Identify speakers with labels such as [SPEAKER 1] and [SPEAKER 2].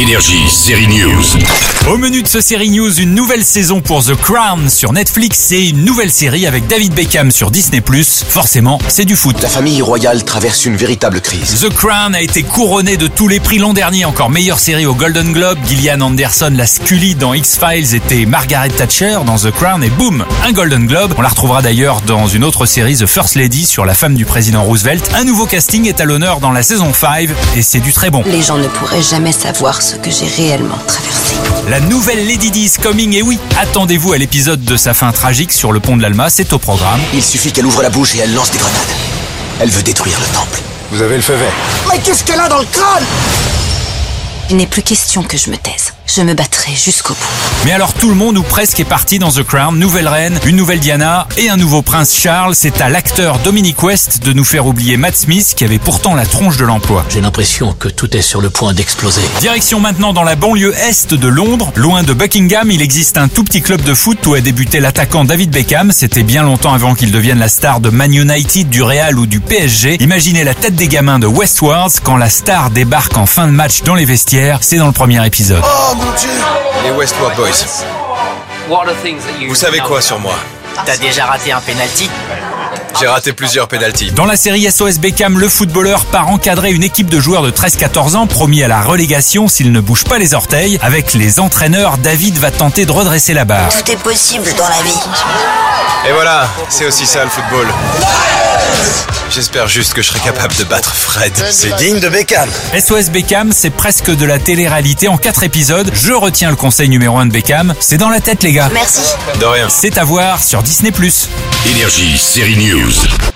[SPEAKER 1] Énergie, série News.
[SPEAKER 2] Au menu de ce série news, une nouvelle saison pour The Crown sur Netflix et une nouvelle série avec David Beckham sur Disney+. Forcément, c'est du foot.
[SPEAKER 3] La famille royale traverse une véritable crise.
[SPEAKER 2] The Crown a été couronné de tous les prix l'an dernier, encore meilleure série au Golden Globe, Gillian Anderson, la Scully dans X-Files était Margaret Thatcher dans The Crown et boum, un Golden Globe. On la retrouvera d'ailleurs dans une autre série The First Lady sur la femme du président Roosevelt. Un nouveau casting est à l'honneur dans la saison 5 et c'est du très bon.
[SPEAKER 4] Les gens ne pourraient jamais savoir ce que j'ai réellement traversé.
[SPEAKER 2] La nouvelle Lady Di is coming et oui, attendez-vous à l'épisode de sa fin tragique sur le pont de l'Alma, c'est au programme.
[SPEAKER 3] Il suffit qu'elle ouvre la bouche et elle lance des grenades. Elle veut détruire le temple.
[SPEAKER 5] Vous avez le feu vert.
[SPEAKER 3] Mais qu'est-ce qu'elle a dans le crâne
[SPEAKER 4] Il n'est plus question que je me taise. Je me battrai jusqu'au bout.
[SPEAKER 2] Mais alors tout le monde ou presque est parti dans The Crown, nouvelle reine, une nouvelle Diana et un nouveau prince Charles. C'est à l'acteur Dominic West de nous faire oublier Matt Smith qui avait pourtant la tronche de l'emploi.
[SPEAKER 6] J'ai l'impression que tout est sur le point d'exploser.
[SPEAKER 2] Direction maintenant dans la banlieue est de Londres. Loin de Buckingham, il existe un tout petit club de foot où a débuté l'attaquant David Beckham. C'était bien longtemps avant qu'il devienne la star de Man United, du Real ou du PSG. Imaginez la tête des gamins de Westwards quand la star débarque en fin de match dans les vestiaires. C'est dans le premier épisode.
[SPEAKER 3] Oh mon dieu
[SPEAKER 5] Les Westward Boys. Vous savez quoi sur moi
[SPEAKER 7] T'as déjà raté un penalty
[SPEAKER 5] J'ai raté plusieurs pénalties.
[SPEAKER 2] Dans la série SOS Beckham, le footballeur part encadrer une équipe de joueurs de 13-14 ans promis à la relégation s'il ne bouge pas les orteils. Avec les entraîneurs, David va tenter de redresser la barre.
[SPEAKER 8] Tout est possible dans la vie.
[SPEAKER 5] Et voilà, c'est aussi ça le football. J'espère juste que je serai capable de battre Fred.
[SPEAKER 3] C'est digne de Beckham.
[SPEAKER 2] SOS Beckham, c'est presque de la télé-réalité en 4 épisodes. Je retiens le conseil numéro 1 de Beckham. C'est dans la tête les gars.
[SPEAKER 8] Merci.
[SPEAKER 5] De rien.
[SPEAKER 2] C'est à voir sur Disney+.
[SPEAKER 1] Énergie, série News.